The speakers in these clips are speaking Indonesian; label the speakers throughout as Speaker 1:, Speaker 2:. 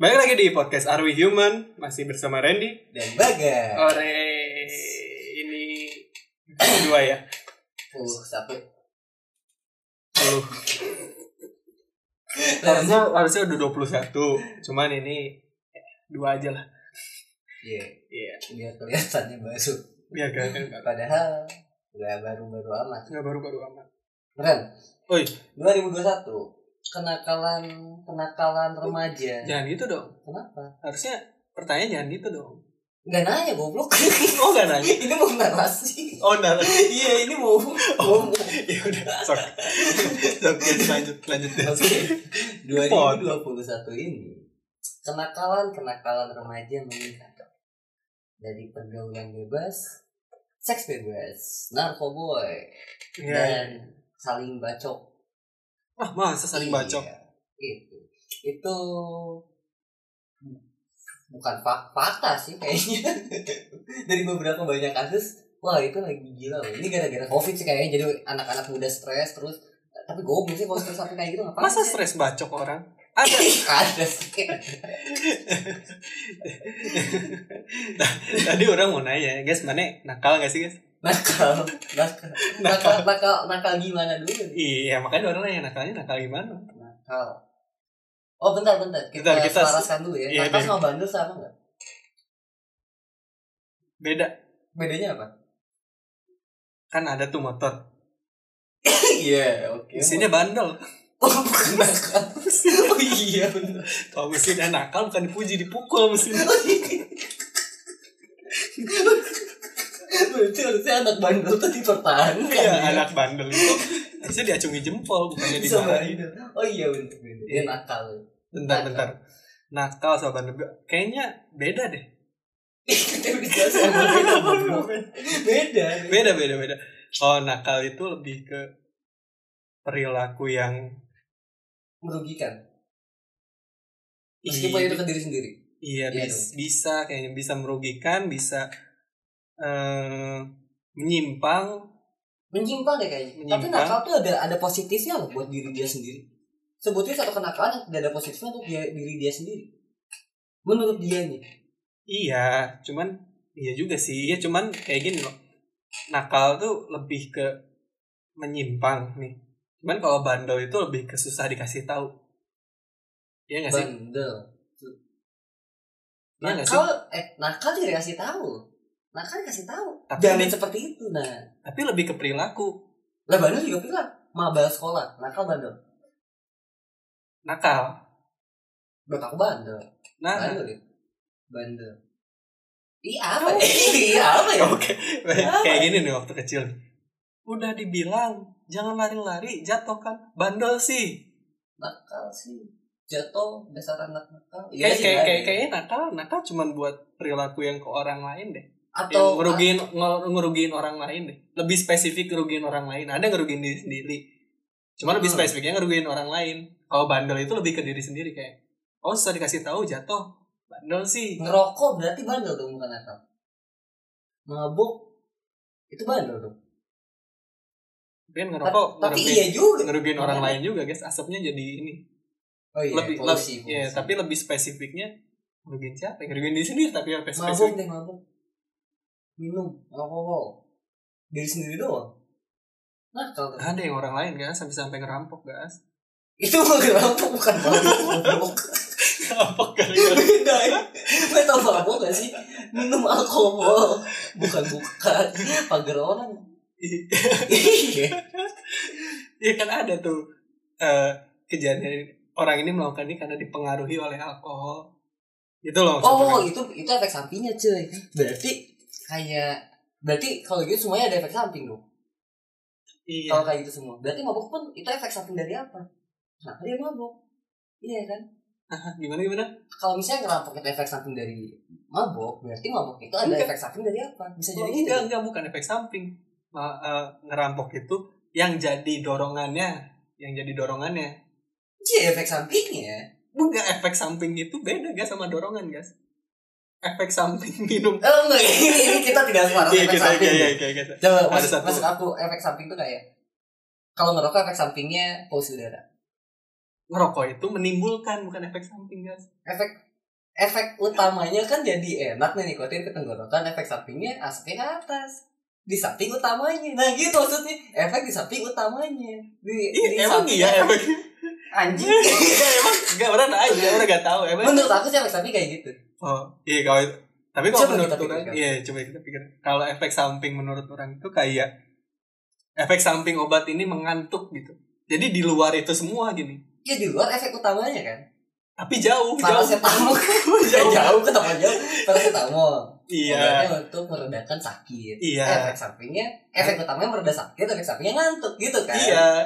Speaker 1: Balik lagi di podcast Are We Human Masih bersama Randy
Speaker 2: dan Bagas.
Speaker 1: Ore Ini Dua ya
Speaker 2: Uh, sampai
Speaker 1: Puluh. Harusnya harusnya udah 21 Cuman ini ya, Dua aja lah
Speaker 2: Iya,
Speaker 1: Iya kan?
Speaker 2: biar kelihatannya baru.
Speaker 1: Biar gak Gak
Speaker 2: Padahal nggak baru-baru amat.
Speaker 1: gak baru-baru amat
Speaker 2: Beran,
Speaker 1: Oi
Speaker 2: 2021 kenakalan kenakalan remaja.
Speaker 1: Jangan gitu dong
Speaker 2: Kenapa?
Speaker 1: Harusnya Pertanyaan jangan gitu dong
Speaker 2: Enggak nanya goblok.
Speaker 1: Oh gak nanya
Speaker 2: ini mau narasi.
Speaker 1: Oh nah
Speaker 2: Iya, ini mau mau.
Speaker 1: Ya udah Sok Sok lanjut Lanjut deh
Speaker 2: Oke. 2021 ini kenakalan kenakalan remaja meningkat dari pergaulan bebas, seks bebas, narkoboy,
Speaker 1: Iya
Speaker 2: dan saling bacok.
Speaker 1: Ah masa saling bacok
Speaker 2: Iya, itu. Itu bukan fak fakta sih kayaknya. Dari beberapa banyak kasus, wah itu lagi gila loh. Ini gara-gara Covid sih kayaknya jadi anak-anak muda stres terus tapi goblok sih kalau stres sampai kayak gitu ngapain?
Speaker 1: Masa
Speaker 2: sih?
Speaker 1: stres bacok orang Ada
Speaker 2: Ada sih.
Speaker 1: Tadi orang mau nanya, guys, mana nakal gak sih, guys?
Speaker 2: Nakal, nakal, nakal, nakal, nakal gimana dulu? nih?
Speaker 1: Iya, makanya orang nanya nakalnya nakal gimana?
Speaker 2: Nakal. Oh bentar bentar kita,
Speaker 1: Bentar, kita-
Speaker 2: selaraskan dulu ya.
Speaker 1: Iya,
Speaker 2: nakal
Speaker 1: deh.
Speaker 2: sama bandel sama nggak?
Speaker 1: Beda.
Speaker 2: Bedanya apa?
Speaker 1: Kan ada tuh motor.
Speaker 2: Iya oke.
Speaker 1: Isinya bandel.
Speaker 2: Oh bukan nakal. Oh iya benar.
Speaker 1: Kalau mesinnya nakal bukan dipuji, dipukul mesinnya.
Speaker 2: Berarti harusnya anak bandel ya. tuh dipertahankan.
Speaker 1: Iya, anak bandel itu. Harusnya diacungi jempol, bukannya
Speaker 2: Bisa
Speaker 1: dimarahin.
Speaker 2: bandel. Oh iya benar benar. Dia
Speaker 1: Iya.
Speaker 2: nakal.
Speaker 1: Bentar, bentar. Nakal sama bandel. Kayaknya beda deh.
Speaker 2: Kita udah jelas sama beda goblok. Beda.
Speaker 1: Beda, beda, beda. Kalau nakal itu lebih ke perilaku yang
Speaker 2: Merugikan. Meskipun itu ke diri sendiri.
Speaker 1: Iya
Speaker 2: Iya
Speaker 1: bis- bisa kayaknya bisa merugikan bisa eh menyimpang
Speaker 2: menyimpang deh kayaknya. Tapi
Speaker 1: Menyimpang.
Speaker 2: nakal tuh ada ada positifnya loh buat diri dia sendiri. Sebutnya satu kenakalan yang tidak ada positifnya untuk dia, diri dia sendiri. Menurut dia nih.
Speaker 1: iya cuman iya juga sih iya cuman kayak gini loh nakal tuh lebih ke menyimpang nih cuman kalau bandel itu lebih ke susah dikasih tahu Iya gak sih
Speaker 2: Bandel.
Speaker 1: Iya nggak
Speaker 2: Nakal eh nakal tidak dikasih tahu. Nakal dikasih tahu.
Speaker 1: tapi
Speaker 2: Jangan
Speaker 1: lebih,
Speaker 2: seperti itu nah.
Speaker 1: tapi lebih ke perilaku
Speaker 2: Lah bandel juga bilang mabal sekolah, nakal bandel.
Speaker 1: nakal
Speaker 2: Buat aku bandel.
Speaker 1: nah
Speaker 2: Bandel ya. Bandel. Iya apa
Speaker 1: Oh.
Speaker 2: ya? Iya apa ya?
Speaker 1: Oke, kayak gini nih waktu kecil. Udah dibilang jangan lari-lari, jatuh kan. Bandel sih.
Speaker 2: Nakal sih. Jatuh dasar anak nakal.
Speaker 1: Kayak
Speaker 2: Iya sih,
Speaker 1: kayak
Speaker 2: bandel.
Speaker 1: kayak kayaknya nakal, nakal cuman buat perilaku yang ke orang lain deh. Yang
Speaker 2: atau
Speaker 1: ngerugiin nge- ngerugiin orang lain deh. Lebih spesifik ngerugiin orang lain. Ada yang ngerugiin diri sendiri. Cuman lebih
Speaker 2: Hmm.
Speaker 1: spesifiknya ngerugiin orang lain. Kalau bandel itu lebih ke diri sendiri kayak. Oh, susah dikasih tahu jatuh. Bandel sih.
Speaker 2: Ngerokok berarti bandel dong bukan nakal. Mabuk itu bandel dong.
Speaker 1: Kan
Speaker 2: Ta-
Speaker 1: ngerokok
Speaker 2: tapi
Speaker 1: ngerugiin,
Speaker 2: iya juga.
Speaker 1: ngerugiin orang
Speaker 2: Bener.
Speaker 1: lain juga, guys. Asapnya jadi ini
Speaker 2: Oh iya,
Speaker 1: lebih
Speaker 2: polusi,
Speaker 1: lebih- iya,
Speaker 2: polusi.
Speaker 1: tapi lebih spesifiknya ngerugiin siapa? ya? Ngerugiin diri sendiri tapi yang
Speaker 2: mabuk
Speaker 1: spesifik.
Speaker 2: deh mabuk. Minum alkohol. Diri sendiri doang. Nah, Nakal tuh.
Speaker 1: Ada yang orang lain kan sampai sampai ngerampok gas.
Speaker 2: Itu bukan mabuk bukan mabuk.
Speaker 1: Ngerampok kali
Speaker 2: Beda ya. Lo tau mabuk gak sih? Minum alkohol bukan bukan pagar orang. Iya.
Speaker 1: Iya kan ada tuh eh, kejadian orang ini melakukan ini karena dipengaruhi oleh alkohol. Itu loh
Speaker 2: Oh,
Speaker 1: maksudnya.
Speaker 2: itu itu efek sampingnya, cuy. Berarti kayak berarti kalau gitu semuanya ada efek samping dong.
Speaker 1: Iya.
Speaker 2: Kalau kayak gitu semua. Berarti mabuk pun itu efek samping dari apa? Kenapa dia mabuk? Iya kan?
Speaker 1: Hah, gimana gimana?
Speaker 2: Kalau misalnya ngerampok itu efek samping dari mabuk, berarti mabuk itu ada
Speaker 1: Enggak.
Speaker 2: efek samping dari apa? Bisa
Speaker 1: Oh,
Speaker 2: jadi gitu.
Speaker 1: enggak enggak bukan efek samping. Ma- eh, ngerampok itu yang jadi dorongannya, yang jadi dorongannya.
Speaker 2: Iya, efek sampingnya.
Speaker 1: Enggak efek samping itu beda guys sama dorongan guys. Efek samping minum
Speaker 2: Oh, enggak. Ini, ini kita tidak separuh
Speaker 1: Iya
Speaker 2: efek
Speaker 1: kita
Speaker 2: samping. ya.
Speaker 1: iya iya iya kita.
Speaker 2: Coba
Speaker 1: Ada
Speaker 2: maksud,
Speaker 1: satu.
Speaker 2: maksud aku efek samping tuh kayak kalau ngerokok efek sampingnya polusi udara.
Speaker 1: Ngerokok itu menimbulkan bukan efek samping guys.
Speaker 2: Efek efek utamanya kan jadi enak nih nikotin ke tenggorokan efek sampingnya asap ke atas di samping utamanya nah gitu maksudnya efek di samping utamanya di, di
Speaker 1: Iya, emang
Speaker 2: samping
Speaker 1: iya,
Speaker 2: efek-
Speaker 1: emang.
Speaker 2: anjing
Speaker 1: Iya, emang. Enggak, orang aja, orang gak tahu. Emang.
Speaker 2: menurut aku sih efek samping kayak gitu
Speaker 1: Oh, iya kalau itu- tapi kalau
Speaker 2: Coba
Speaker 1: menurut
Speaker 2: kita
Speaker 1: orang,
Speaker 2: pikirkan.
Speaker 1: iya coba kita pikir. Kalau efek samping menurut orang itu kayak efek samping obat ini mengantuk gitu. Jadi di luar itu semua gini.
Speaker 2: ya di luar efek utamanya kan
Speaker 1: Tapi jauh,
Speaker 2: paracetamol
Speaker 1: jauh,
Speaker 2: ya
Speaker 1: jauh.
Speaker 2: jauh ketemu jauh paracetamol
Speaker 1: Iya,
Speaker 2: obatnya oh, untuk meredakan sakit
Speaker 1: iya,
Speaker 2: efek sampingnya efek utamanya mereda sakit efek sampingnya ngantuk gitu kan
Speaker 1: iya.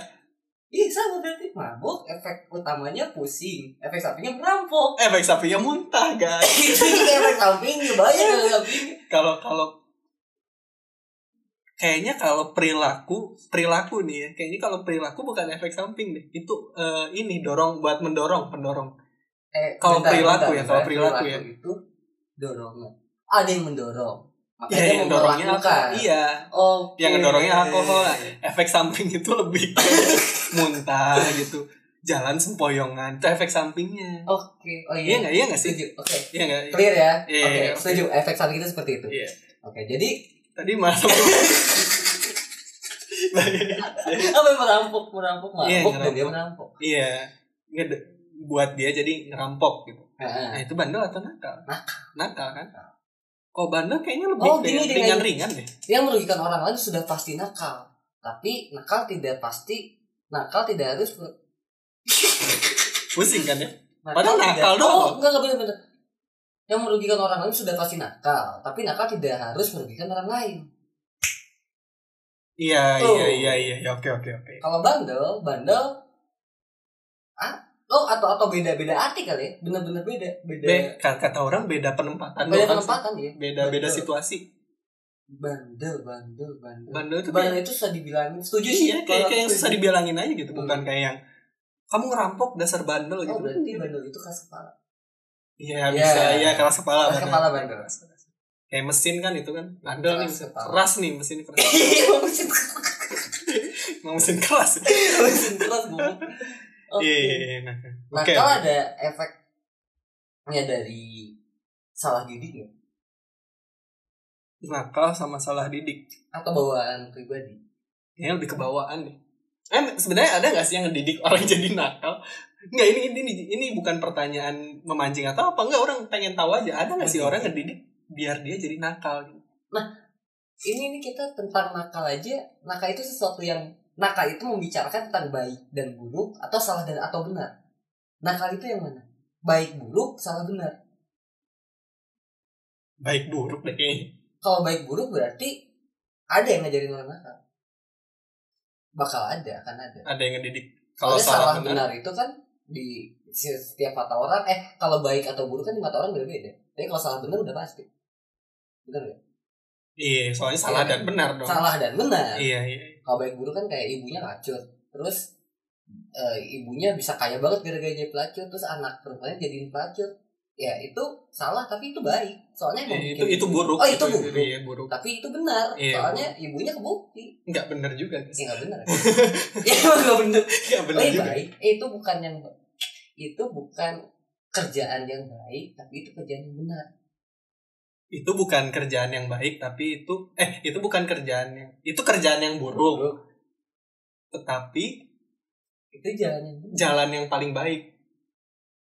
Speaker 2: Ih, sama berarti mabuk efek utamanya pusing efek sampingnya merampok
Speaker 1: Efek sampingnya muntah guys.
Speaker 2: itu juga efek sampingnya banyak efek sampingnya
Speaker 1: Kalau kalau kayaknya kalau perilaku perilaku nih ya kayaknya kalau perilaku bukan efek samping deh itu eh, ini dorong buat mendorong pendorong
Speaker 2: eh,
Speaker 1: Kalau
Speaker 2: bentar,
Speaker 1: perilaku
Speaker 2: bentar,
Speaker 1: ya,
Speaker 2: bentar.
Speaker 1: kalau perilaku
Speaker 2: itu dorongan ada yang mendorong makanya
Speaker 1: ya yang
Speaker 2: yang
Speaker 1: dorongnya
Speaker 2: melakukan
Speaker 1: apa iya
Speaker 2: oh
Speaker 1: Yang ngedorongnya alkohol.
Speaker 2: iya,
Speaker 1: efek samping itu lebih ke muntah gitu jalan sempoyongan itu efek sampingnya
Speaker 2: oke oh
Speaker 1: iya
Speaker 2: iya
Speaker 1: nggak iya nggak sih
Speaker 2: setuju oke
Speaker 1: iya nggak
Speaker 2: clear ya
Speaker 1: Iya,
Speaker 2: oke
Speaker 1: iya, oke.
Speaker 2: setuju efek samping itu seperti itu
Speaker 1: Iya.
Speaker 2: oke jadi
Speaker 1: tadi masuk
Speaker 2: apa yang merampok merampok
Speaker 1: Iya,
Speaker 2: mabuk dan
Speaker 1: ngerampok.
Speaker 2: dia merampok
Speaker 1: iya Ngede- buat dia jadi ngerampok gitu
Speaker 2: Heeh.
Speaker 1: nah itu bandel atau nakal nakal kan kok bandel kayaknya lebih
Speaker 2: Oh,
Speaker 1: ke
Speaker 2: gini
Speaker 1: yang
Speaker 2: deh.
Speaker 1: ringan-ringan deh
Speaker 2: dia merugikan orang lain sudah pasti nakal tapi nakal tidak pasti nakal tidak harus
Speaker 1: pusing kan ya
Speaker 2: nakal
Speaker 1: Padahal
Speaker 2: tidak-
Speaker 1: nakal doang.
Speaker 2: oh enggak enggak benar benar yang merugikan orang lain sudah pasti nakal tapi nakal tidak harus merugikan orang lain
Speaker 1: iya
Speaker 2: Tuh.
Speaker 1: iya iya iya ya, oke oke oke
Speaker 2: kalau bandel bandel ah oh atau atau beda beda arti kali ya benar-benar beda beda
Speaker 1: Be- kata orang beda penempatan
Speaker 2: beda
Speaker 1: doang sih.
Speaker 2: penempatan ya
Speaker 1: beda beda
Speaker 2: Betul.
Speaker 1: situasi
Speaker 2: bandel bandel bandel
Speaker 1: bandel itu
Speaker 2: bandel itu susah dibilangin setuju sih
Speaker 1: Iya, kayak,
Speaker 2: ya, kalau
Speaker 1: kayak yang
Speaker 2: aku
Speaker 1: susah
Speaker 2: setuju.
Speaker 1: dibilangin aja gitu,
Speaker 2: Hmm.
Speaker 1: bukan kayak yang kamu ngerampok dasar bandel
Speaker 2: oh
Speaker 1: gitu.
Speaker 2: berarti bandel itu keras kepala
Speaker 1: Iya,
Speaker 2: Iya.
Speaker 1: bisa. Iya, keras kepala.
Speaker 2: keras
Speaker 1: bandel.
Speaker 2: kepala bandel
Speaker 1: Kayak mesin kan itu kan, bandel nih.
Speaker 2: Keras
Speaker 1: mesin.
Speaker 2: kepala.
Speaker 1: Keras nih mesin keras.
Speaker 2: Iya, maksud
Speaker 1: Emang mesin keras. Iya,
Speaker 2: Halusin keras gue. Oke.
Speaker 1: iya, iya, nah.
Speaker 2: Nah,
Speaker 1: Oke,
Speaker 2: kalau
Speaker 1: oke.
Speaker 2: ada efeknya dari salah didik nggak?
Speaker 1: Nakal sama salah didik.
Speaker 2: atau bawaan pribadi?
Speaker 1: Kayaknya lebih kebawaan deh. Kan sebenarnya ada nggak sih yang ngedidik orang jadi nakal? Enggak, ini ini ini bukan pertanyaan memancing atau apa enggak orang pengen tahu aja. Ada nggak sih
Speaker 2: Oke.
Speaker 1: orang ngedidik biar dia jadi nakal?
Speaker 2: Ini ini kita tentang nakal aja. Nakal itu sesuatu yang nakal itu membicarakan tentang baik dan buruk atau salah dan atau benar. Nakal itu yang mana? Baik buruk, salah benar.
Speaker 1: Baik buruk deh kayaknya.
Speaker 2: Kalau baik buruk berarti ada yang ngajarin orang nakal. Bakal ada, akan ada.
Speaker 1: Ada yang ngedidik.
Speaker 2: kalau
Speaker 1: Kalau
Speaker 2: salah,
Speaker 1: salah benar
Speaker 2: benar itu kan di setiap mata orang eh kalau baik atau buruk kan di mata orang beda-beda tapi kalau salah benar udah pasti benar nggak?
Speaker 1: Iya, soalnya salah
Speaker 2: Iya.
Speaker 1: dan benar dong.
Speaker 2: salah dan benar
Speaker 1: Iya, iya.
Speaker 2: kalau baik buruk kan kayak ibunya lacut terus eh, ibunya bisa kaya banget gara-gara jadi pelacur terus anak perempuannya jadiin pelacur ya itu salah tapi itu baik soalnya emang
Speaker 1: Iya, itu
Speaker 2: bikin-
Speaker 1: itu buruk.
Speaker 2: oh itu buruk
Speaker 1: Iya, buruk.
Speaker 2: tapi itu benar
Speaker 1: Iya,
Speaker 2: soalnya ibunya kebukti
Speaker 1: Enggak benar juga.
Speaker 2: ya nggak benar
Speaker 1: Iya,
Speaker 2: ya emang nggak benar
Speaker 1: Enggak benar
Speaker 2: Oh, iya,
Speaker 1: juga.
Speaker 2: baik. Eh, itu bukan yang itu bukan kerjaan yang baik, tapi itu kerjaan yang benar.
Speaker 1: Itu bukan kerjaan yang baik, tapi itu eh itu bukan kerjaan yang itu kerjaan yang buruk,
Speaker 2: Bro,
Speaker 1: tetapi
Speaker 2: Itu jalan yang benar.
Speaker 1: jalan yang paling baik.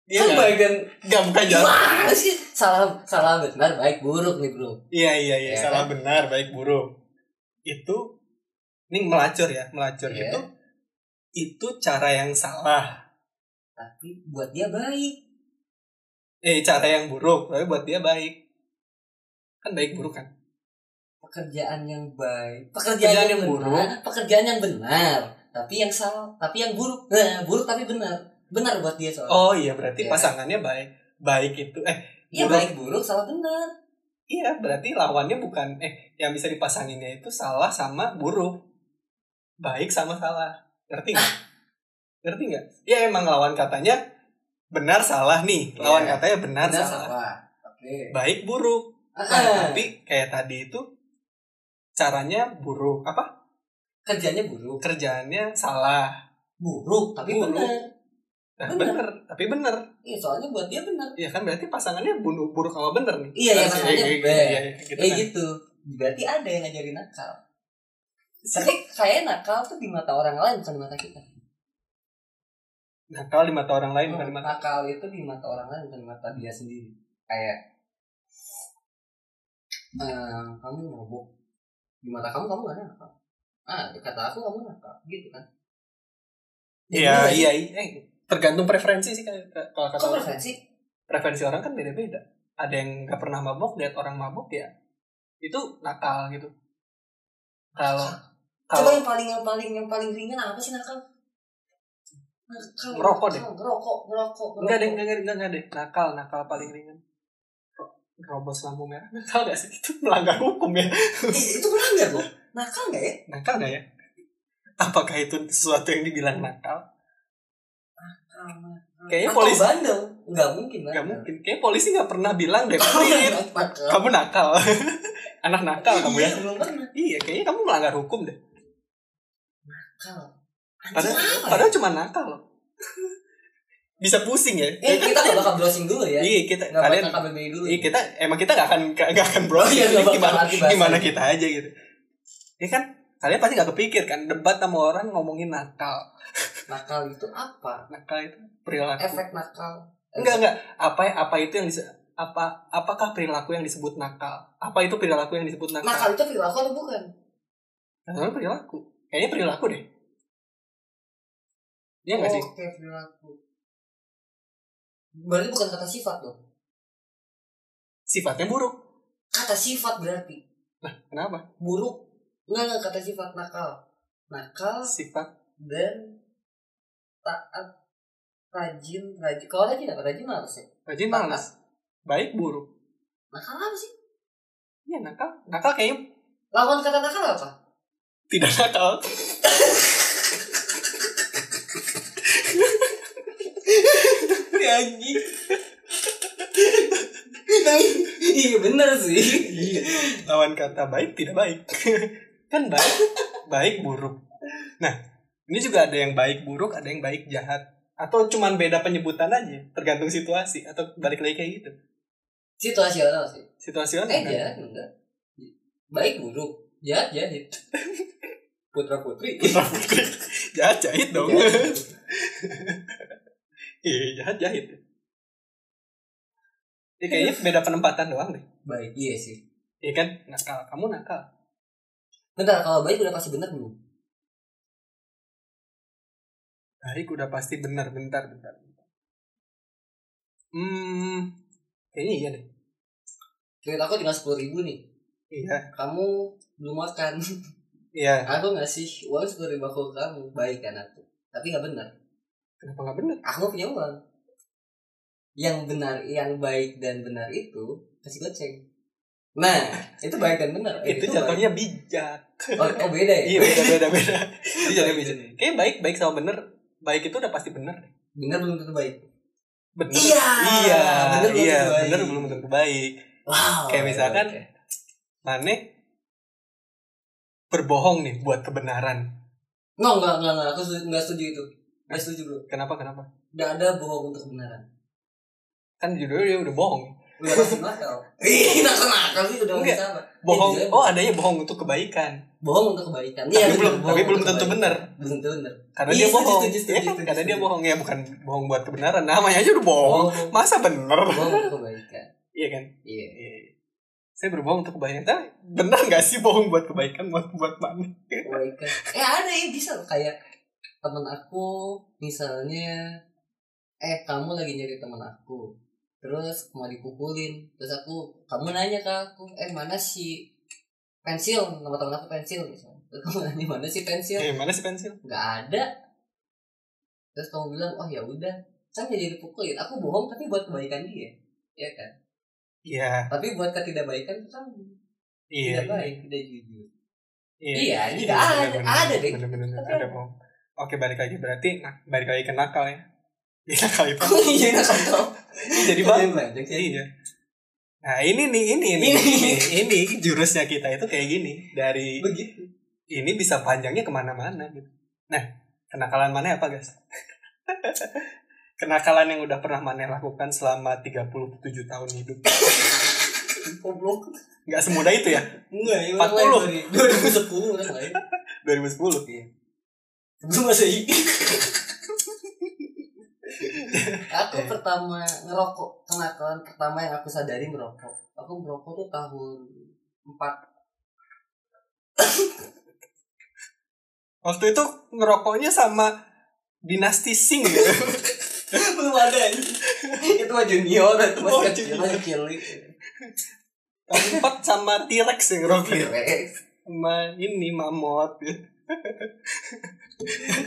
Speaker 1: Iya,
Speaker 2: Kan
Speaker 1: nggak?
Speaker 2: baik dan
Speaker 1: Nggak, bukan jalan.
Speaker 2: Wah, sih salah salah benar baik buruk nih, Bro.
Speaker 1: Iya, iya, iya,
Speaker 2: Iya,
Speaker 1: salah benar, baik buruk. Itu ini melacur ya, melacur
Speaker 2: Iya.
Speaker 1: itu itu cara yang salah.
Speaker 2: Tapi buat dia baik.
Speaker 1: Eh, cara yang buruk, tapi buat dia baik. Kan baik buruk kan?
Speaker 2: Pekerjaan yang baik, pekerjaan,
Speaker 1: Pekerjaan
Speaker 2: yang,
Speaker 1: yang
Speaker 2: buruk, pekerjaan yang benar, tapi yang salah, tapi yang buruk. Nah, buruk tapi benar. Benar buat dia soalnya.
Speaker 1: Oh iya berarti
Speaker 2: Iya.
Speaker 1: pasangannya baik baik itu eh
Speaker 2: Iya,
Speaker 1: buruk.
Speaker 2: baik buruk salah benar.
Speaker 1: iya berarti lawannya bukan eh yang bisa dipasanginnya itu salah sama buruk baik sama salah ngerti nggak ngerti nggak ya emang lawan katanya benar salah nih lawan
Speaker 2: Iya.
Speaker 1: katanya benar,
Speaker 2: Benar
Speaker 1: salah.
Speaker 2: salah. Oke.
Speaker 1: baik buruk
Speaker 2: Ah,
Speaker 1: Nah, tapi kayak tadi itu caranya buruk apa
Speaker 2: kerjanya buruk.
Speaker 1: kerjaannya salah
Speaker 2: buruk tapi
Speaker 1: Buruk.
Speaker 2: benar
Speaker 1: Nah,
Speaker 2: Bener.
Speaker 1: bener. Tapi bener.
Speaker 2: Iya soalnya buat dia benar.
Speaker 1: Ya kan berarti pasangannya bunuh buruk sama bener nih.
Speaker 2: Iya, iya,
Speaker 1: Harusnya
Speaker 2: makanya
Speaker 1: kayak-
Speaker 2: bener.
Speaker 1: kayak- kayak gitu
Speaker 2: Kayak
Speaker 1: kan.
Speaker 2: gitu. Berarti ada yang ngajarin nakal. Tapi
Speaker 1: Iya.
Speaker 2: kayak nakal tuh di mata orang lain bukan di mata kita.
Speaker 1: Nakal di mata orang
Speaker 2: Hmm.
Speaker 1: lain Iya, bukan di mata.
Speaker 2: Nakal itu di mata orang lain bukan di mata dia sendiri. Kayak eh, kamu mabuk di mata kamu kamu gak nakal. Ah, kata aku kamu nakal gitu kan.
Speaker 1: Iya,
Speaker 2: bener.
Speaker 1: iya, iya. Eh, tergantung preferensi sih kayak- kayak- kalau kata
Speaker 2: Kok
Speaker 1: orang.
Speaker 2: preferensi?
Speaker 1: Preferensi orang kan beda-beda. Ada yang nggak pernah mabok lihat orang mabok ya itu nakal gitu. Kalau
Speaker 2: Coba
Speaker 1: kalau
Speaker 2: yang paling yang paling yang paling ringan apa sih nakal? Nakal.
Speaker 1: Ngerokok
Speaker 2: nakal, Ngerokok, ngerokok, ngerokok.
Speaker 1: enggak deh, enggak enggak enggak deh. Nakal, nakal paling ringan. Ro- Robos lampu merah. Nakal gak sih? Itu melanggar hukum ya.
Speaker 2: Eh, itu melanggar loh. Nakal nggak ya?
Speaker 1: Nakal gak ya? Apakah itu sesuatu yang dibilang nakal? Kayaknya
Speaker 2: Atau
Speaker 1: polisi
Speaker 2: bandel? Nggak mungkin lah.
Speaker 1: nggak mungkin. Kayaknya polisi nggak pernah bilang deh. "Prit,
Speaker 2: Nakal.
Speaker 1: kamu nakal. Anak nakal kamu ya.
Speaker 2: Iya, belum pernah.
Speaker 1: Iya, kayaknya kamu melanggar hukum deh.
Speaker 2: Nakal. Anjing
Speaker 1: Padahal,
Speaker 2: apa? ya?
Speaker 1: padahal cuma nakal loh. Bisa pusing ya.
Speaker 2: Eh, kita nggak bakal browsing dulu ya.
Speaker 1: Iya kita
Speaker 2: Nggak
Speaker 1: kalian
Speaker 2: bakal KBBI dulu.
Speaker 1: iya kita emang kita nggak akan nggak akan
Speaker 2: Oh
Speaker 1: browsing
Speaker 2: iya, nggak
Speaker 1: Ini
Speaker 2: bakal
Speaker 1: gimana
Speaker 2: nanti bahas
Speaker 1: gimana
Speaker 2: lagi.
Speaker 1: kita aja gitu. Ini kan kalian pasti nggak kepikir kan debat sama orang ngomongin nakal.
Speaker 2: Nakal itu apa?
Speaker 1: Nakal itu perilaku.
Speaker 2: Efek nakal.
Speaker 1: Enggak enggak apa ya- apa itu yang dise- apa apakah perilaku yang disebut nakal? Apa itu perilaku yang disebut nakal?
Speaker 2: Nakal itu perilaku atau bukan?
Speaker 1: Nah, perilaku. Kayaknya perilaku deh. Iya nggak sih?
Speaker 2: Oke, Oh, perilaku. Berarti bukan kata sifat dong.
Speaker 1: Sifatnya buruk.
Speaker 2: Kata sifat berarti
Speaker 1: Kenapa?
Speaker 2: buruk. Enggak, enggak kata sifat nakal. Nakal
Speaker 1: Sifat
Speaker 2: dan taat rajin rajin kalau rajin apa rajin males ya
Speaker 1: rajin malas. Baik buruk.
Speaker 2: nakal apa sih
Speaker 1: Iya nakal. Nakal kayaknya
Speaker 2: lawan kata nakal apa
Speaker 1: tidak nakal.
Speaker 2: anjing iya bener sih
Speaker 1: Iya. Lawan kata baik tidak baik. kan baik baik buruk. Nah, ini juga ada yang baik buruk, ada yang baik jahat. Atau cuman beda penyebutan aja, tergantung situasi atau balik lagi kayak gitu.
Speaker 2: situasional sih
Speaker 1: Situasional
Speaker 2: eh
Speaker 1: kan?
Speaker 2: jahat enggak baik buruk jahat jahit putra putri
Speaker 1: Putra putri. jahat jahit dong.
Speaker 2: Jahat.
Speaker 1: Iya, jahat jahit. Ya, kayaknya beda penempatan doang deh.
Speaker 2: baik iya sih
Speaker 1: Iya kan? Nakal, kamu nakal.
Speaker 2: bentar kalau baik udah pasti bener belum
Speaker 1: Baik udah pasti benar, bentar, bentar. bentar. Hmm, kayaknya iya deh.
Speaker 2: duit aku tinggal sepuluh ribu nih
Speaker 1: Iya,
Speaker 2: kamu belum makan
Speaker 1: iya.
Speaker 2: aku ngasih uang sepuluh ribu aku ke kamu baik kan aku tapi nggak benar
Speaker 1: Kenapa nggak benar?
Speaker 2: aku punya uang yang benar yang baik dan benar itu kasih goceng nah itu baik dan benar Eh,
Speaker 1: itu
Speaker 2: baik.
Speaker 1: jatuhnya bijak.
Speaker 2: oh, oh, beda ya
Speaker 1: Iya, beda, beda, beda. itu jatuhnya
Speaker 2: Baik
Speaker 1: bijak.
Speaker 2: dan-
Speaker 1: Kayaknya baik, baik sama benar. Baik itu udah pasti benar.
Speaker 2: benar belum tentu baik
Speaker 1: Benar.
Speaker 2: Iya.
Speaker 1: Iya,
Speaker 2: Benar belum
Speaker 1: iya,
Speaker 2: tentu baik.
Speaker 1: benar belum tentu baik.
Speaker 2: wow
Speaker 1: Kayak misalkan-
Speaker 2: oke.
Speaker 1: Mane berbohong nih buat kebenaran.
Speaker 2: no enggak enggak enggak aku setuju, enggak setuju itu enggak setuju bro
Speaker 1: Kenapa? Kenapa?
Speaker 2: enggak ada bohong untuk kebenaran
Speaker 1: Kan judulnya dia udah bohong.
Speaker 2: udah pasti nakal ih nakal nakal sih udah
Speaker 1: Enggak.
Speaker 2: nggak sama
Speaker 1: Bohong.
Speaker 2: Iya, iya.
Speaker 1: Oh, adanya bohong untuk kebaikan.
Speaker 2: bohong untuk kebaikan
Speaker 1: Tapi
Speaker 2: benar,
Speaker 1: belum-
Speaker 2: bohong
Speaker 1: tapi belum
Speaker 2: untuk
Speaker 1: tentu
Speaker 2: kebaikan.
Speaker 1: benar.
Speaker 2: belum tentu benar
Speaker 1: Karena
Speaker 2: Iya,
Speaker 1: dia
Speaker 2: setuju,
Speaker 1: bohong.
Speaker 2: setuju,
Speaker 1: Iya
Speaker 2: setuju,
Speaker 1: kan?
Speaker 2: setuju,
Speaker 1: Karena dia
Speaker 2: setuju.
Speaker 1: bohong ya, bukan bohong buat kebenaran. Namanya aja udah bohong. Masa bener?
Speaker 2: bohong untuk kebaikan
Speaker 1: Iya kan?
Speaker 2: iya
Speaker 1: Iya. iya. Saya berbohong untuk kebaikan. Tapi benar nggak sih bohong buat kebaikan buat buat Mane?
Speaker 2: kebaikan eh ada ya bisa loh kayak temen aku misalnya eh kamu lagi nyari temen aku terus mau dipukulin terus aku kamu nanya ke aku eh mana si pensil nama temen aku pensil misalnya terus kamu nanya mana si pensil
Speaker 1: Eh, mana sih pensil?
Speaker 2: nggak ada terus kamu bilang oh ya udah kan dia jadi dipukulin aku bohong tapi buat kebaikan dia ya kan
Speaker 1: Iya.
Speaker 2: tapi buat ketidakbaikan tuh kamu
Speaker 1: Iya.
Speaker 2: tidak baik tidak jujur Iya, ini
Speaker 1: Iya,
Speaker 2: nggak ada.
Speaker 1: bener-bener.
Speaker 2: Ada deh.
Speaker 1: Bener-bener
Speaker 2: Tapi
Speaker 1: ada bohong. Oke, balik lagi berarti nah, balik lagi ke nakal ya. Di nakal itu
Speaker 2: aku jadi nakal tau.
Speaker 1: jadi bang.
Speaker 2: Banyak sih.
Speaker 1: Iya. Nah, ini nih, ini ini
Speaker 2: Ini.
Speaker 1: ini jurusnya kita itu kayak gini. Dari
Speaker 2: begitu
Speaker 1: ini bisa panjangnya kemana-mana gitu. Nah, kenakalan mana apa guys? ya, kenakalan yang udah pernah Maneh lakukan selama 37 tahun hidup.
Speaker 2: Goblok.
Speaker 1: Nggak semudah itu ya,
Speaker 2: Enggak, ya
Speaker 1: 40.
Speaker 2: 2010 orang lain.
Speaker 1: 2010.
Speaker 2: Sebelum masehi. aku
Speaker 1: Iya.
Speaker 2: pertama ngerokok kenakalan pertama yang aku sadari merokok aku merokok tuh tahun empat
Speaker 1: Waktu itu ngerokoknya sama Dinasti Sing gitu.
Speaker 2: belum ada itu mah junior itu
Speaker 1: Oh,
Speaker 2: masih kecil
Speaker 1: junior.
Speaker 2: masih kecil iya.
Speaker 1: Tahun 4 sama T-Rex yang ngerokok.
Speaker 2: T-Rex.
Speaker 1: Sama ini gitu. mamot.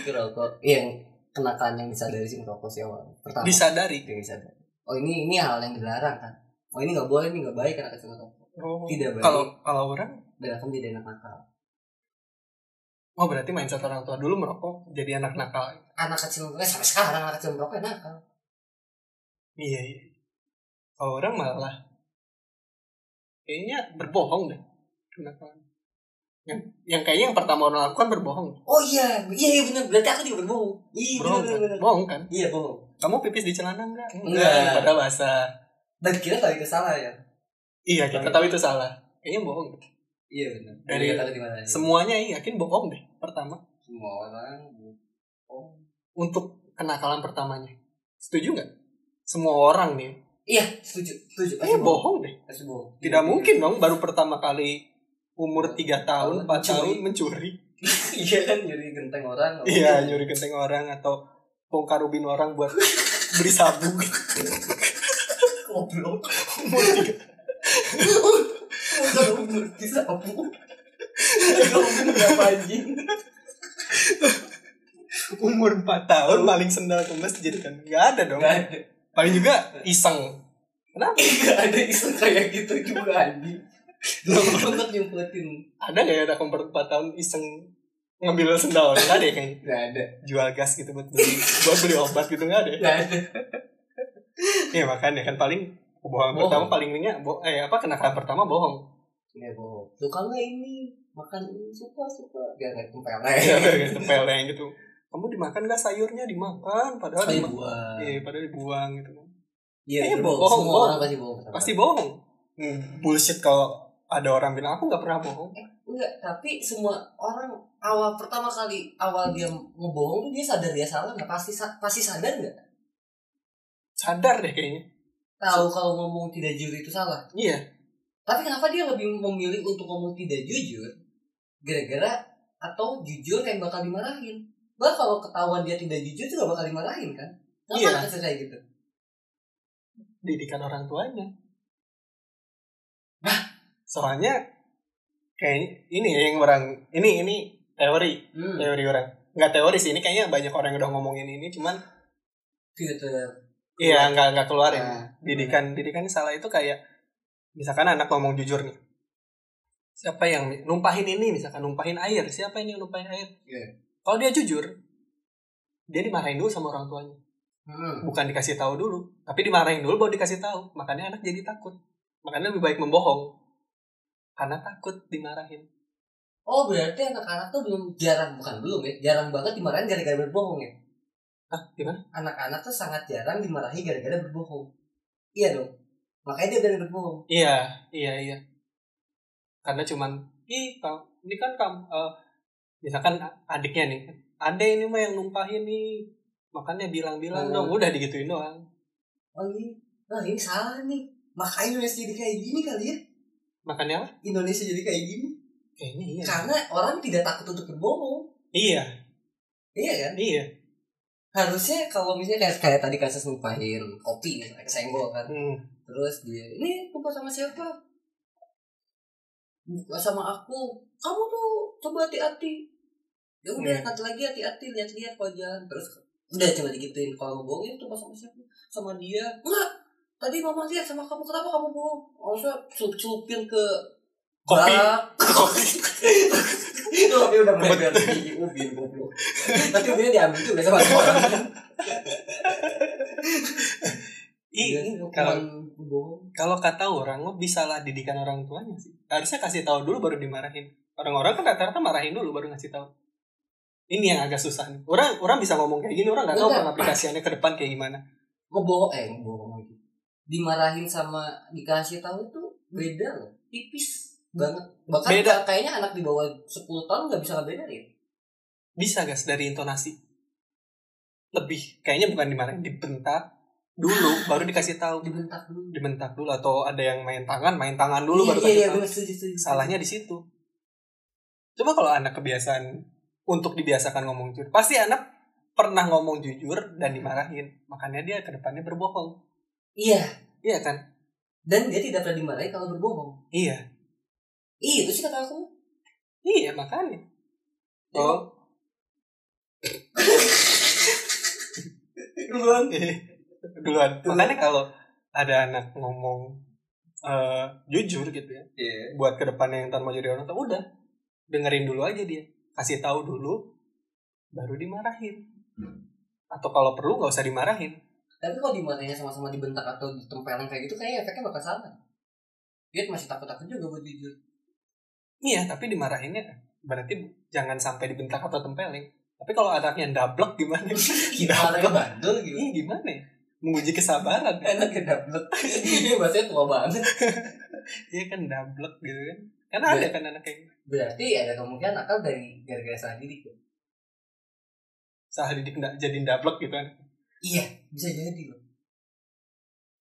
Speaker 2: ngerokok Iya, yang kenakalan yang disadari sih merokok sih awal pertama
Speaker 1: Disadari.
Speaker 2: Itu yang disadari. oh ini ini hal yang dilarang kan oh ini nggak boleh nih nggak baik anak kecil merokok
Speaker 1: Oh.
Speaker 2: Tidak baik.
Speaker 1: Kalau kalau orang
Speaker 2: dan aku jadi anak nakal
Speaker 1: Oh berarti mindset orang tua dulu merokok jadi anak nakal.
Speaker 2: anak kecil merokok sampai sekarang anak kecil merokok ya nakal
Speaker 1: Iya iya. Kalau orang malah kayaknya berbohong deh. Kenapa? Yang yang kayaknya yang pertama orang lakukan berbohong.
Speaker 2: oh iya iya iya benar berarti aku juga berbohong iya benar
Speaker 1: Bohong
Speaker 2: benar
Speaker 1: kan?
Speaker 2: benar.
Speaker 1: Bohong kan?
Speaker 2: iya bohong
Speaker 1: Kamu pipis di celana enggak?
Speaker 2: Enggak.
Speaker 1: Pada basah.
Speaker 2: dan kita tahu itu salah ya
Speaker 1: Iya, kita tahu itu salah. Kayaknya bohong.
Speaker 2: iya benar
Speaker 1: Dari
Speaker 2: dari tahu di mana
Speaker 1: Semuanya iya, yakin bohong deh pertama.
Speaker 2: ya? semua orang bohong
Speaker 1: Untuk kenakalan pertamanya. Setuju nggak? Semua orang nih.
Speaker 2: iya setuju setuju
Speaker 1: Eh, bohong deh.
Speaker 2: pasti Iya, bohong Iya,
Speaker 1: Tidak mungkin dong baru pertama kali umur 3 tahun, 4
Speaker 2: Mencuri.
Speaker 1: tahun mencuri.
Speaker 2: iya kan nyuri genteng orang gitu.
Speaker 1: Iya, nyuri genteng orang atau bongkar ubin orang buat beli sabu.
Speaker 2: goblok
Speaker 1: Umur tiga-
Speaker 2: gitu. udah umur disapu udah umur berapa anjing
Speaker 1: Umur 4 tahun maling sendal kemes dijadikan. Enggak ada dong.
Speaker 2: nggak ada
Speaker 1: Paling juga iseng. Kenapa?
Speaker 2: nggak ada isu kayak gitu juga anjing belum sempat nyempetin
Speaker 1: Ada nggak ya anak umur 4 tahun iseng ngambil sendal? Enggak ada ya kayaknya.
Speaker 2: nggak ada
Speaker 1: Jual gas gitu buat beli, buat beli obat gitu enggak ada. ya?
Speaker 2: nggak ada
Speaker 1: Iya makanya kan paling kebohongan
Speaker 2: Bohong.
Speaker 1: pertama paling ringnya bo- eh apa kenakalan pertama bohong.
Speaker 2: ya bohong suka nggak ini makan ini suka suka biar eh. kayak tempel
Speaker 1: Iya, Sepele yang gitu. Kamu dimakan nggak sayurnya dimakan padahal
Speaker 2: Pasti
Speaker 1: dimakan.
Speaker 2: buang.
Speaker 1: Iya, padahal dibuang gitu.
Speaker 2: Iya,
Speaker 1: Iya,
Speaker 2: bohong.
Speaker 1: bohong,
Speaker 2: Semua
Speaker 1: bohong.
Speaker 2: orang pasti bohong.
Speaker 1: pasti bohong Hmm, bullshit kalau ada orang bilang aku nggak pernah bohong
Speaker 2: enggak, tapi semua orang awal pertama kali awal dia ngebohong tuh dia sadar dia salah nggak pasti sa- pasti sadar nggak?
Speaker 1: sadar deh kayaknya
Speaker 2: Tahu kalau ngomong tidak jujur itu salah.
Speaker 1: iya
Speaker 2: Tapi kenapa dia lebih memilih untuk ngomong tidak jujur? Gara-gara atau jujur yang bakal dimarahin. Bah kalau ketahuan dia tidak jujur juga bakal dimarahin kan? Kenapa
Speaker 1: Iya.
Speaker 2: anak kecil kayak gitu?
Speaker 1: didikan orang tuanya soalnya kayak ini ya yang orang ini ini teori
Speaker 2: Hmm.
Speaker 1: teori orang nggak teori sih ini kayaknya banyak orang yang udah ngomongin ini cuman
Speaker 2: Twitter.
Speaker 1: iya nggak nggak keluarin
Speaker 2: Nah,
Speaker 1: didikan didikan salah itu kayak misalkan anak ngomong jujur nih siapa yang numpahin ini misalkan numpahin air siapa ini yang numpahin air
Speaker 2: Iya.
Speaker 1: kalau dia jujur dia dimarahin dulu sama orang tuanya
Speaker 2: Hmm.
Speaker 1: bukan dikasih tahu dulu tapi dimarahin dulu baru dikasih tahu makanya anak jadi takut makanya lebih baik membohong karena takut dimarahin
Speaker 2: Oh berarti anak-anak tuh belum jarang bukan belum ya jarang banget dimarahin gara-gara berbohong ya?
Speaker 1: ah gimana
Speaker 2: anak-anak tuh sangat jarang dimarahi gara-gara berbohong. Iya dong. Makanya dia berani berbohong.
Speaker 1: iya iya iya karena cuman ih kamu ini kan kamu eh, misalkan adiknya nih ade ini mah yang numpahin nih makanya bilang-bilang
Speaker 2: Hmm.
Speaker 1: dong udah digituin doang
Speaker 2: Oh ini, oh ini salah nih. Makanya Indonesia jadi kayak gini kali ya.
Speaker 1: makanya apa?
Speaker 2: Indonesia jadi kayak gini.
Speaker 1: kayaknya iya
Speaker 2: Karena orang tidak takut untuk berbohong.
Speaker 1: iya
Speaker 2: Iya kan?
Speaker 1: iya
Speaker 2: Harusnya kalau misalnya kayak, kayak tadi kasus numpahin kopi misalnya kesenggol kan.
Speaker 1: Hmm.
Speaker 2: Terus dia, ini lupa sama siapa? Buka sama aku. Kamu tuh coba hati-hati. Ya udah,
Speaker 1: Hmm.
Speaker 2: nanti lagi hati-hati lihat-lihat kalau jalan. Terus udah coba digituin kalau bohong itu tumpah sama siapa? Sama dia. Enggak. Tadi mama lihat sama kamu kenapa kamu bohong? Maksudnya celup-celupin ke
Speaker 1: Kopi.
Speaker 2: bak.
Speaker 1: Kopi.
Speaker 2: itu kopi udah melebar di ubin goblok. Tapi ubinnya diambil juga sama orang.
Speaker 1: Ih,
Speaker 2: kalau
Speaker 1: Iya, kalau
Speaker 2: bohong
Speaker 1: kalau kata orang mah bisa lah didikan orang tuanya sih harusnya kasih tahu dulu baru dimarahin orang-orang kan rata-rata marahin dulu baru ngasih tahu ini yang agak susah nih. orang orang bisa ngomong kayak gini orang nggak tahu
Speaker 2: Enggak.
Speaker 1: pengaplikasiannya ke depan kayak gimana
Speaker 2: ngebohong eh ngebohong lagi dimarahin sama dikasih tahu tuh beda loh tipis banget bahkan
Speaker 1: Beda.
Speaker 2: kayaknya anak di bawah 10 tahun nggak bisa ngebedain ya.
Speaker 1: bisa guys dari intonasi lebih kayaknya bukan dimarahin dibentak dulu baru dikasih tahu
Speaker 2: dibentak dulu
Speaker 1: dibentak dulu atau ada yang main tangan main tangan dulu baru
Speaker 2: iya,
Speaker 1: kasih
Speaker 2: iya,
Speaker 1: tahu
Speaker 2: bener, setuju, setuju.
Speaker 1: salahnya di situ cuma kalau anak kebiasaan untuk dibiasakan ngomong jujur pasti anak pernah ngomong jujur dan dimarahin makanya dia kedepannya berbohong
Speaker 2: iya
Speaker 1: iya kan
Speaker 2: dan dia tidak pernah dimarahi kalau berbohong
Speaker 1: iya
Speaker 2: Ih, itu sih kata aku
Speaker 1: iya makanya
Speaker 2: Iya.
Speaker 1: oh
Speaker 2: duluan
Speaker 1: duluan makanya kalau ada anak ngomong eh, jujur gitu ya
Speaker 2: iya
Speaker 1: buat kedepannya yang ntar mau jadi orang tua udah dengerin dulu aja dia kasih tahu dulu baru dimarahin atau kalau perlu nggak usah dimarahin
Speaker 2: tapi kalau dimarahinnya sama-sama dibentak atau ditempelin kayak gitu kayaknya efeknya bakal sama dia masih takut-takut juga buat jujur
Speaker 1: Iya, tapi dimarahinnya berarti jangan sampai dibentak atau tempelin. Tapi kalau anaknya ndablek gimana? Dablek.
Speaker 2: gimana bandel gitu
Speaker 1: Ini gimana ya? Menguji kesabaran.
Speaker 2: enak ya dablek ini bahasanya tua banget
Speaker 1: Iya kan ndablek gitu kan. Karena ada kan anak yang
Speaker 2: Berarti ada kemungkinan akal dari gara-gara salah didik ya?
Speaker 1: salah didik nggak jadi ndablek gitu kan.
Speaker 2: Iya, bisa jadi loh.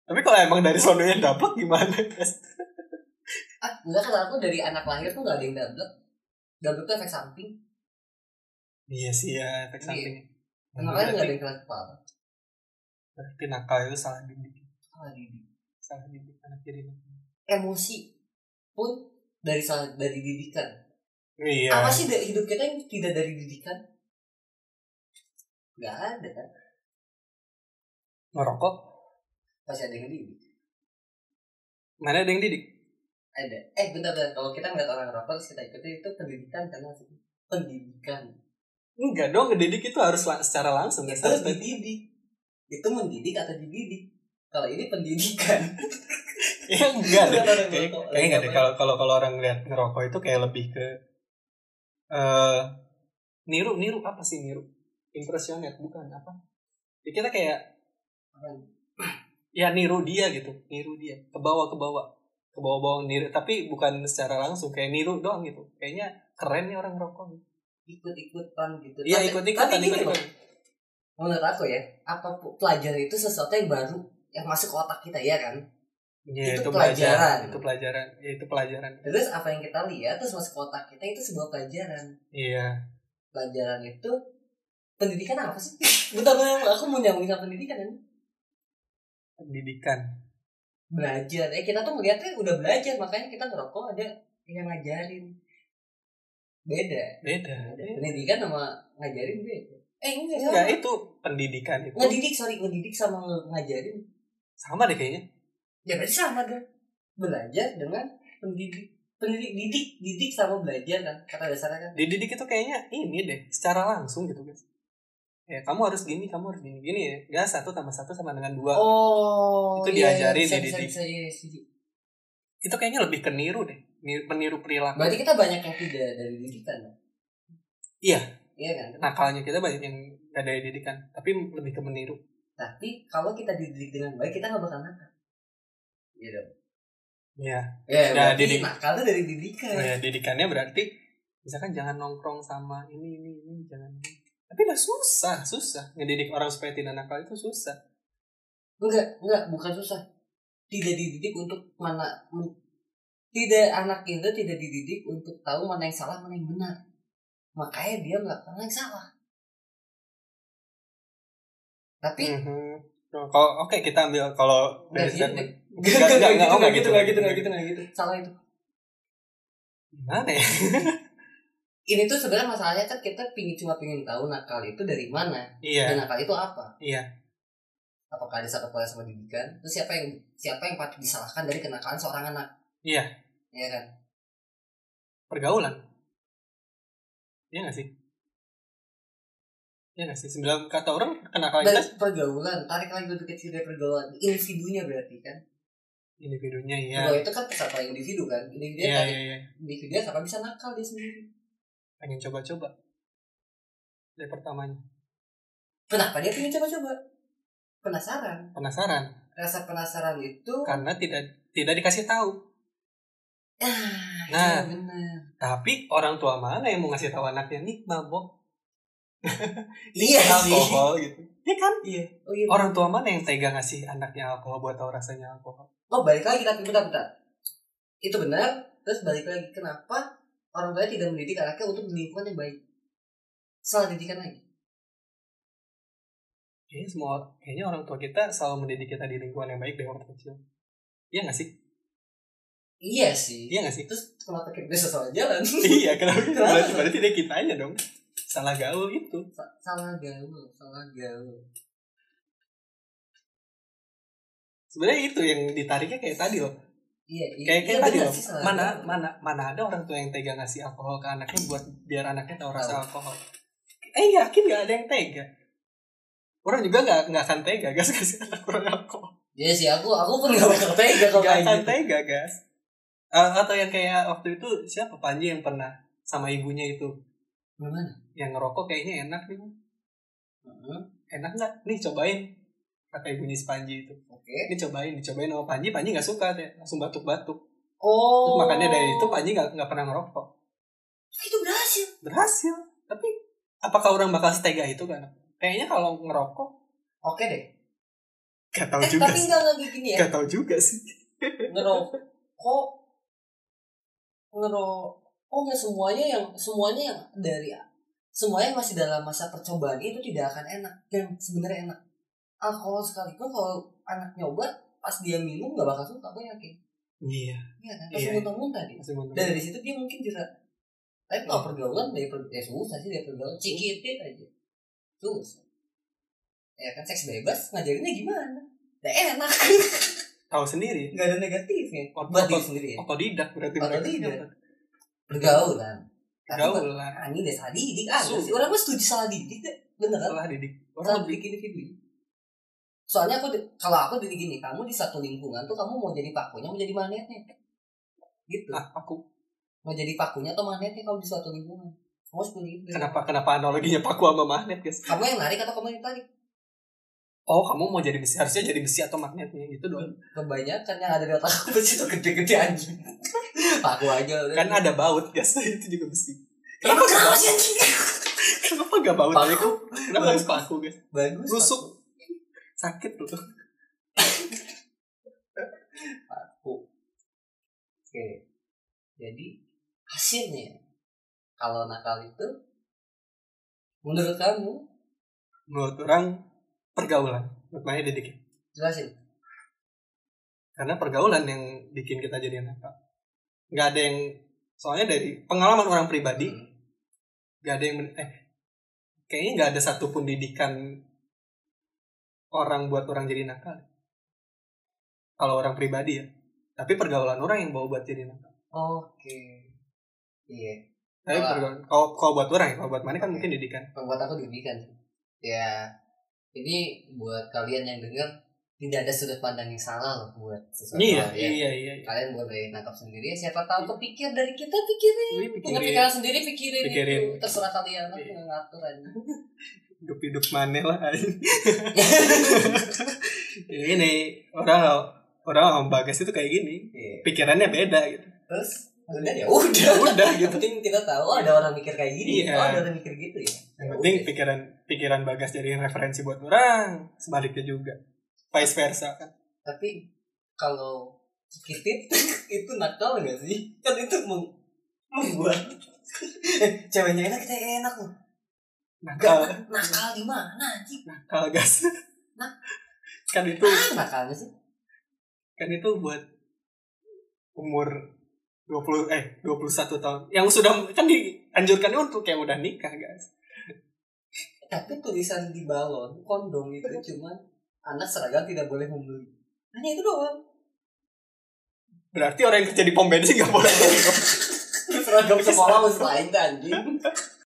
Speaker 1: Tapi kalau emang dari sononya ndablek gimana? guys?
Speaker 2: Ah, enggak kata aku dari anak lahir tuh gak ada yang dablek. Dablek tuh efek samping.
Speaker 1: Iya sih ya, efek
Speaker 2: Iya.
Speaker 1: sampingnya.
Speaker 2: Makanya gak ada
Speaker 1: Berarti,
Speaker 2: yang keras kepala.
Speaker 1: berarti nakal itu salah didik.
Speaker 2: Salah didik.
Speaker 1: Salah didik anak jadi nakal.
Speaker 2: Emosi pun dari salah dari didikan.
Speaker 1: Iya.
Speaker 2: Apa sih dari hidup kita yang tidak dari didikan? Gak ada kan?
Speaker 1: Ngerokok?
Speaker 2: Pasti ada yang didik.
Speaker 1: Mana ada yang didik?
Speaker 2: Ada. Eh, bentar bentar. Kalau kita ngeliat orang rokok terus kita ikuti itu pendidikan kan maksudnya. Pendidikan.
Speaker 1: Enggak dong, ngedidik itu harus la- secara langsung. guys.
Speaker 2: itu
Speaker 1: Harus
Speaker 2: dididik itu mendidik atau dididik kalau ini pendidikan
Speaker 1: Iya enggak deh.
Speaker 2: Enggak, enggak,
Speaker 1: Kayaknya
Speaker 2: enggak.
Speaker 1: kayaknya enggak deh. Kalau kalau kalau orang lihat ngerokok itu kayak lebih ke eh niru niru apa sih niru? Impresioner bukan apa? Ya, kita kayak ya niru dia gitu, niru dia ke bawah ke bawah ke bawah bawah niru tapi bukan secara langsung kayak niru doang gitu. Kayaknya keren nih orang ngerokok.
Speaker 2: ikut-ikutan gitu
Speaker 1: Iya
Speaker 2: Tapi-
Speaker 1: ikut
Speaker 2: tapi
Speaker 1: ikutan
Speaker 2: gini
Speaker 1: ikut
Speaker 2: loh, menurut aku ya apa pu- pelajaran itu sesuatu yang baru yang masuk ke otak kita ya kan
Speaker 1: Ya, itu, pelajaran.
Speaker 2: Itu pelajaran.
Speaker 1: Itu pelajaran. Ya, itu pelajaran.
Speaker 2: terus apa yang kita lihat terus masuk ke otak kita itu sebuah pelajaran
Speaker 1: Iya.
Speaker 2: pelajaran itu pendidikan apa sih bentar bentar aku mau nyambungin sama pendidikan kan
Speaker 1: Pendidikan.
Speaker 2: belajar eh kita tuh melihatnya udah belajar makanya kita ngerokok ada yang ngajarin beda
Speaker 1: Beda.
Speaker 2: pendidikan sama ngajarin beda eh enggak
Speaker 1: Ya
Speaker 2: sama
Speaker 1: itu pendidikan itu
Speaker 2: ngedidik sorry ngedidik sama ngajarin
Speaker 1: sama deh kayaknya.
Speaker 2: ya berarti sama dong belajar dengan pendidik pendidik didik didik sama belajar kan kata dasarnya kan
Speaker 1: dididik itu kayaknya ini deh secara langsung gitu guys ya kamu harus gini kamu harus gini gini ya gak satu tambah satu sama dengan dua
Speaker 2: oh
Speaker 1: Itu diajarin,
Speaker 2: bisa,
Speaker 1: dididik.
Speaker 2: bisa, bisa, iya, iya, setuju.
Speaker 1: itu kayaknya lebih ke niru deh Niru- meniru perilaku
Speaker 2: berarti kita banyak yang tidak dari didikan dong
Speaker 1: Iya.
Speaker 2: iya kan
Speaker 1: nakalnya kita banyak yang gak ada didikan tapi lebih ke meniru
Speaker 2: tapi kalau kita dididik dengan baik kita nggak bakal nakal Iya dong.
Speaker 1: Iya.
Speaker 2: Ya,
Speaker 1: Nah,
Speaker 2: berarti
Speaker 1: didik-
Speaker 2: nakal tuh dari kan. didikan.
Speaker 1: Nah, ya, didikannya berarti misalkan jangan nongkrong sama ini ini ini jangan ini. tapi udah susah susah ngedidik orang supaya tidak nakal itu susah
Speaker 2: Enggak, enggak, bukan susah. Tidak dididik untuk mana men- tidak anak itu tidak dididik untuk tahu mana yang salah, mana yang benar. Makanya dia melakukan yang salah. Tapi
Speaker 1: Mhm. Nah, kalau oke kita ambil kalau
Speaker 2: Nggak
Speaker 1: dari
Speaker 2: gitu.
Speaker 1: statement
Speaker 2: enggak
Speaker 1: Nggak, nggak, nggak, nggak
Speaker 2: enggak gitu,
Speaker 1: gitu,
Speaker 2: enggak gitu,
Speaker 1: nggak
Speaker 2: enggak gitu, enggak gitu. Salah itu.
Speaker 1: gimana ya
Speaker 2: Ini tuh sebenarnya masalahnya kan kita pingin cuma pingin tahu nakal itu dari mana
Speaker 1: iya
Speaker 2: dan nakal itu apa.
Speaker 1: Iya.
Speaker 2: Apakah ada satu pola sama didikan? Terus siapa yang siapa yang patut disalahkan dari kenakalan seorang anak?
Speaker 1: Iya.
Speaker 2: Iya kan?
Speaker 1: pergaulan iya gak sih iya gak sih sebelum kata orang kenakalan
Speaker 2: dari
Speaker 1: kita
Speaker 2: pergaulan tarik lagi lebih kecil dari pergaulan individunya berarti kan
Speaker 1: individunya iya
Speaker 2: pergaulan itu kan persatuan individu kan individu
Speaker 1: iya
Speaker 2: kan
Speaker 1: iya iya
Speaker 2: individu siapa bisa nakal dia sendiri
Speaker 1: pengen coba-coba dari pertamanya
Speaker 2: Kenapa dia pengen coba-coba? Penasaran.
Speaker 1: penasaran
Speaker 2: Rasa penasaran itu
Speaker 1: karena tidak tidak dikasih tahu
Speaker 2: Ah,
Speaker 1: Nah.
Speaker 2: iya benar.
Speaker 1: tapi orang tua mana yang mau ngasih tahu anaknya nih mabok
Speaker 2: Iya sih.
Speaker 1: alkohol gitu ya kan
Speaker 2: Iya. Oh iya.
Speaker 1: orang tua mana yang tega ngasih anaknya alkohol buat tahu rasanya alkohol
Speaker 2: Oh balik lagi tapi bentar bentar. Itu benar. Terus balik lagi kenapa orang tuanya tidak mendidik anaknya untuk lingkungan yang baik? Salah didikan lagi.
Speaker 1: kayaknya semua kayaknya orang tua kita selalu mendidik kita di lingkungan yang baik dari waktu kecil iya nggak sih
Speaker 2: Iya sih.
Speaker 1: iya nggak sih
Speaker 2: Terus kenapa kita bisa salah jalan?
Speaker 1: iya kenapa kita
Speaker 2: Kenapa?
Speaker 1: berarti berarti dia kitanya dong salah gaul gitu
Speaker 2: Sa- salah gaul, salah gaul.
Speaker 1: sebenarnya itu yang ditariknya kayak tadi loh
Speaker 2: Iya, iya.
Speaker 1: kayak kayak
Speaker 2: iya,
Speaker 1: tadi
Speaker 2: benar
Speaker 1: loh
Speaker 2: sih, salah
Speaker 1: mana
Speaker 2: gaul.
Speaker 1: mana mana ada orang tua yang tega ngasih alkohol ke anaknya buat biar anaknya tahu rasa alkohol eh yakin nggak ada yang tega orang juga nggak nggak akan tega guys kasih anak orang alkohol
Speaker 2: Iya sih, aku aku pun gak bakal tega kalau
Speaker 1: nggak
Speaker 2: kayak
Speaker 1: akan
Speaker 2: gitu.
Speaker 1: tega guys Eh, atau yang kayak waktu itu siapa Panji yang pernah sama ibunya itu
Speaker 2: Gimana?
Speaker 1: yang ngerokok kayaknya enak nih Hmm.
Speaker 2: Heeh,
Speaker 1: enak nggak nih cobain kata ibunya si Panji itu
Speaker 2: Oke.
Speaker 1: ini cobain dicobain sama Panji Panji nggak suka teh langsung batuk batuk terus
Speaker 2: Oh.
Speaker 1: makanya dari itu Panji nggak nggak pernah ngerokok
Speaker 2: itu berhasil.
Speaker 1: berhasil tapi apakah orang bakal setega itu kan kayaknya kalau ngerokok
Speaker 2: Oke deh.
Speaker 1: gak tahu
Speaker 2: Eh,
Speaker 1: Oh, juga
Speaker 2: tapi
Speaker 1: sih
Speaker 2: enggak lagi gini ya.
Speaker 1: gak tahu juga sih
Speaker 2: ngerokok ngerokok ya semuanya yang semuanya yang dari semuanya yang masih dalam masa percobaan itu tidak akan enak dan sebenarnya enak alkohol sekalipun kalau anak nyoba pas dia minum nggak bakal suka gue yakin
Speaker 1: iya
Speaker 2: iya kan pas
Speaker 1: Iya.
Speaker 2: muntah-muntah dia
Speaker 1: masih belum
Speaker 2: dan dari situ dia mungkin jerak
Speaker 1: Iya.
Speaker 2: tapi kalau pergaulan dari per ya susah sih dari pergaulan cikitin aja susah ya kan seks bebas ngajarinnya gimana Nah, enak
Speaker 1: tahu sendiri
Speaker 2: nggak ada negatifnya
Speaker 1: Otot-
Speaker 2: buat diri sendiri ya
Speaker 1: otodidak berarti
Speaker 2: Otodidak. pergaulan Tapi
Speaker 1: gaul
Speaker 2: kok-
Speaker 1: lah
Speaker 2: anjing deh salah didik ah
Speaker 1: Su-
Speaker 2: sih orang mah setuju salah didik deh beneran
Speaker 1: salah didik
Speaker 2: salah
Speaker 1: orang lebih
Speaker 2: didik ini gini soalnya aku di- kalau aku jadi gini kamu di satu lingkungan tuh kamu mau jadi pakunya mau jadi magnetnya gitu
Speaker 1: ah aku
Speaker 2: mau jadi pakunya atau magnetnya kamu di satu lingkungan kamu harus punya ide.
Speaker 1: kenapa kenapa analoginya paku sama magnet guys
Speaker 2: kamu yang narik atau kamu yang tarik
Speaker 1: oh kamu mau jadi besi harusnya jadi besi atau magnetnya gitu doang
Speaker 2: kebanyakan yang ada di otak aku pasti itu gede-gede anjing paku aja udah
Speaker 1: kan ada baut guys itu juga besi
Speaker 2: kenapa kenapa sih anjing
Speaker 1: kenapa gak baut
Speaker 2: Paku.
Speaker 1: aja kok kenapa harus paku guys
Speaker 2: bagus
Speaker 1: Rusuk. sakit loh
Speaker 2: aku oke jadi hasilnya kalau nakal itu menurut kamu
Speaker 1: menurut orang pergaulan makanya didik
Speaker 2: jelasin
Speaker 1: karena pergaulan yang bikin kita jadi nakal nggak ada yang soalnya dari pengalaman orang pribadi
Speaker 2: Hmm.
Speaker 1: nggak ada yang men- eh kayaknya nggak ada satupun didikan orang buat orang jadi nakal kalau orang pribadi ya tapi pergaulan orang yang bawa buat jadi nakal
Speaker 2: oke iya
Speaker 1: tapi
Speaker 2: Kalau-
Speaker 1: pergaulan kalau kalau buat orang ya kalau buat mana kan
Speaker 2: Oke.
Speaker 1: mungkin didikan
Speaker 2: kalau buat aku dirugikan sih. ya ini buat kalian yang dengar tidak ada sudut pandang yang salah loh buat sesuatu
Speaker 1: iya
Speaker 2: hal, ya.
Speaker 1: iya iya, iya.
Speaker 2: kalian boleh nangkap sendiri siapa tahu kepikir dari kita pikirin
Speaker 1: Wih,
Speaker 2: Punya
Speaker 1: pikirin
Speaker 2: pikiran Iya, sendiri pikirin,
Speaker 1: Pikirin.
Speaker 2: itu terserah kalian aku
Speaker 1: Iya.
Speaker 2: nggak ngatur aja
Speaker 1: hidup hidup mana lah ini orang orang sama bagas itu kayak gini
Speaker 2: Iya.
Speaker 1: pikirannya beda gitu
Speaker 2: terus udah ya udah
Speaker 1: udah
Speaker 2: yang
Speaker 1: gitu
Speaker 2: penting kita tahu oh, ada orang mikir kayak gini
Speaker 1: Iya.
Speaker 2: oh ada orang mikir gitu ya
Speaker 1: yang
Speaker 2: Ya
Speaker 1: penting
Speaker 2: udah.
Speaker 1: pikiran pikiran bagas jadiin referensi buat orang sebaliknya juga vice versa kan
Speaker 2: tapi kalau cikitit itu nakal gak sih kan itu mem- membuat Eh, ceweknya enak kita enak loh
Speaker 1: nakal
Speaker 2: gak nakal di mana sih
Speaker 1: nakal gas
Speaker 2: Nah.
Speaker 1: kan itu
Speaker 2: ah nakalnya sih
Speaker 1: kan itu buat umur 20 eh 21 tahun yang sudah kan dianjurkan untuk yang udah nikah guys
Speaker 2: tapi tulisan di balon kondom itu cuman anak seragam tidak boleh membeli hanya itu doang
Speaker 1: berarti orang yang kerja di pom bensin gak boleh
Speaker 2: seragam sekolah masih lain anjing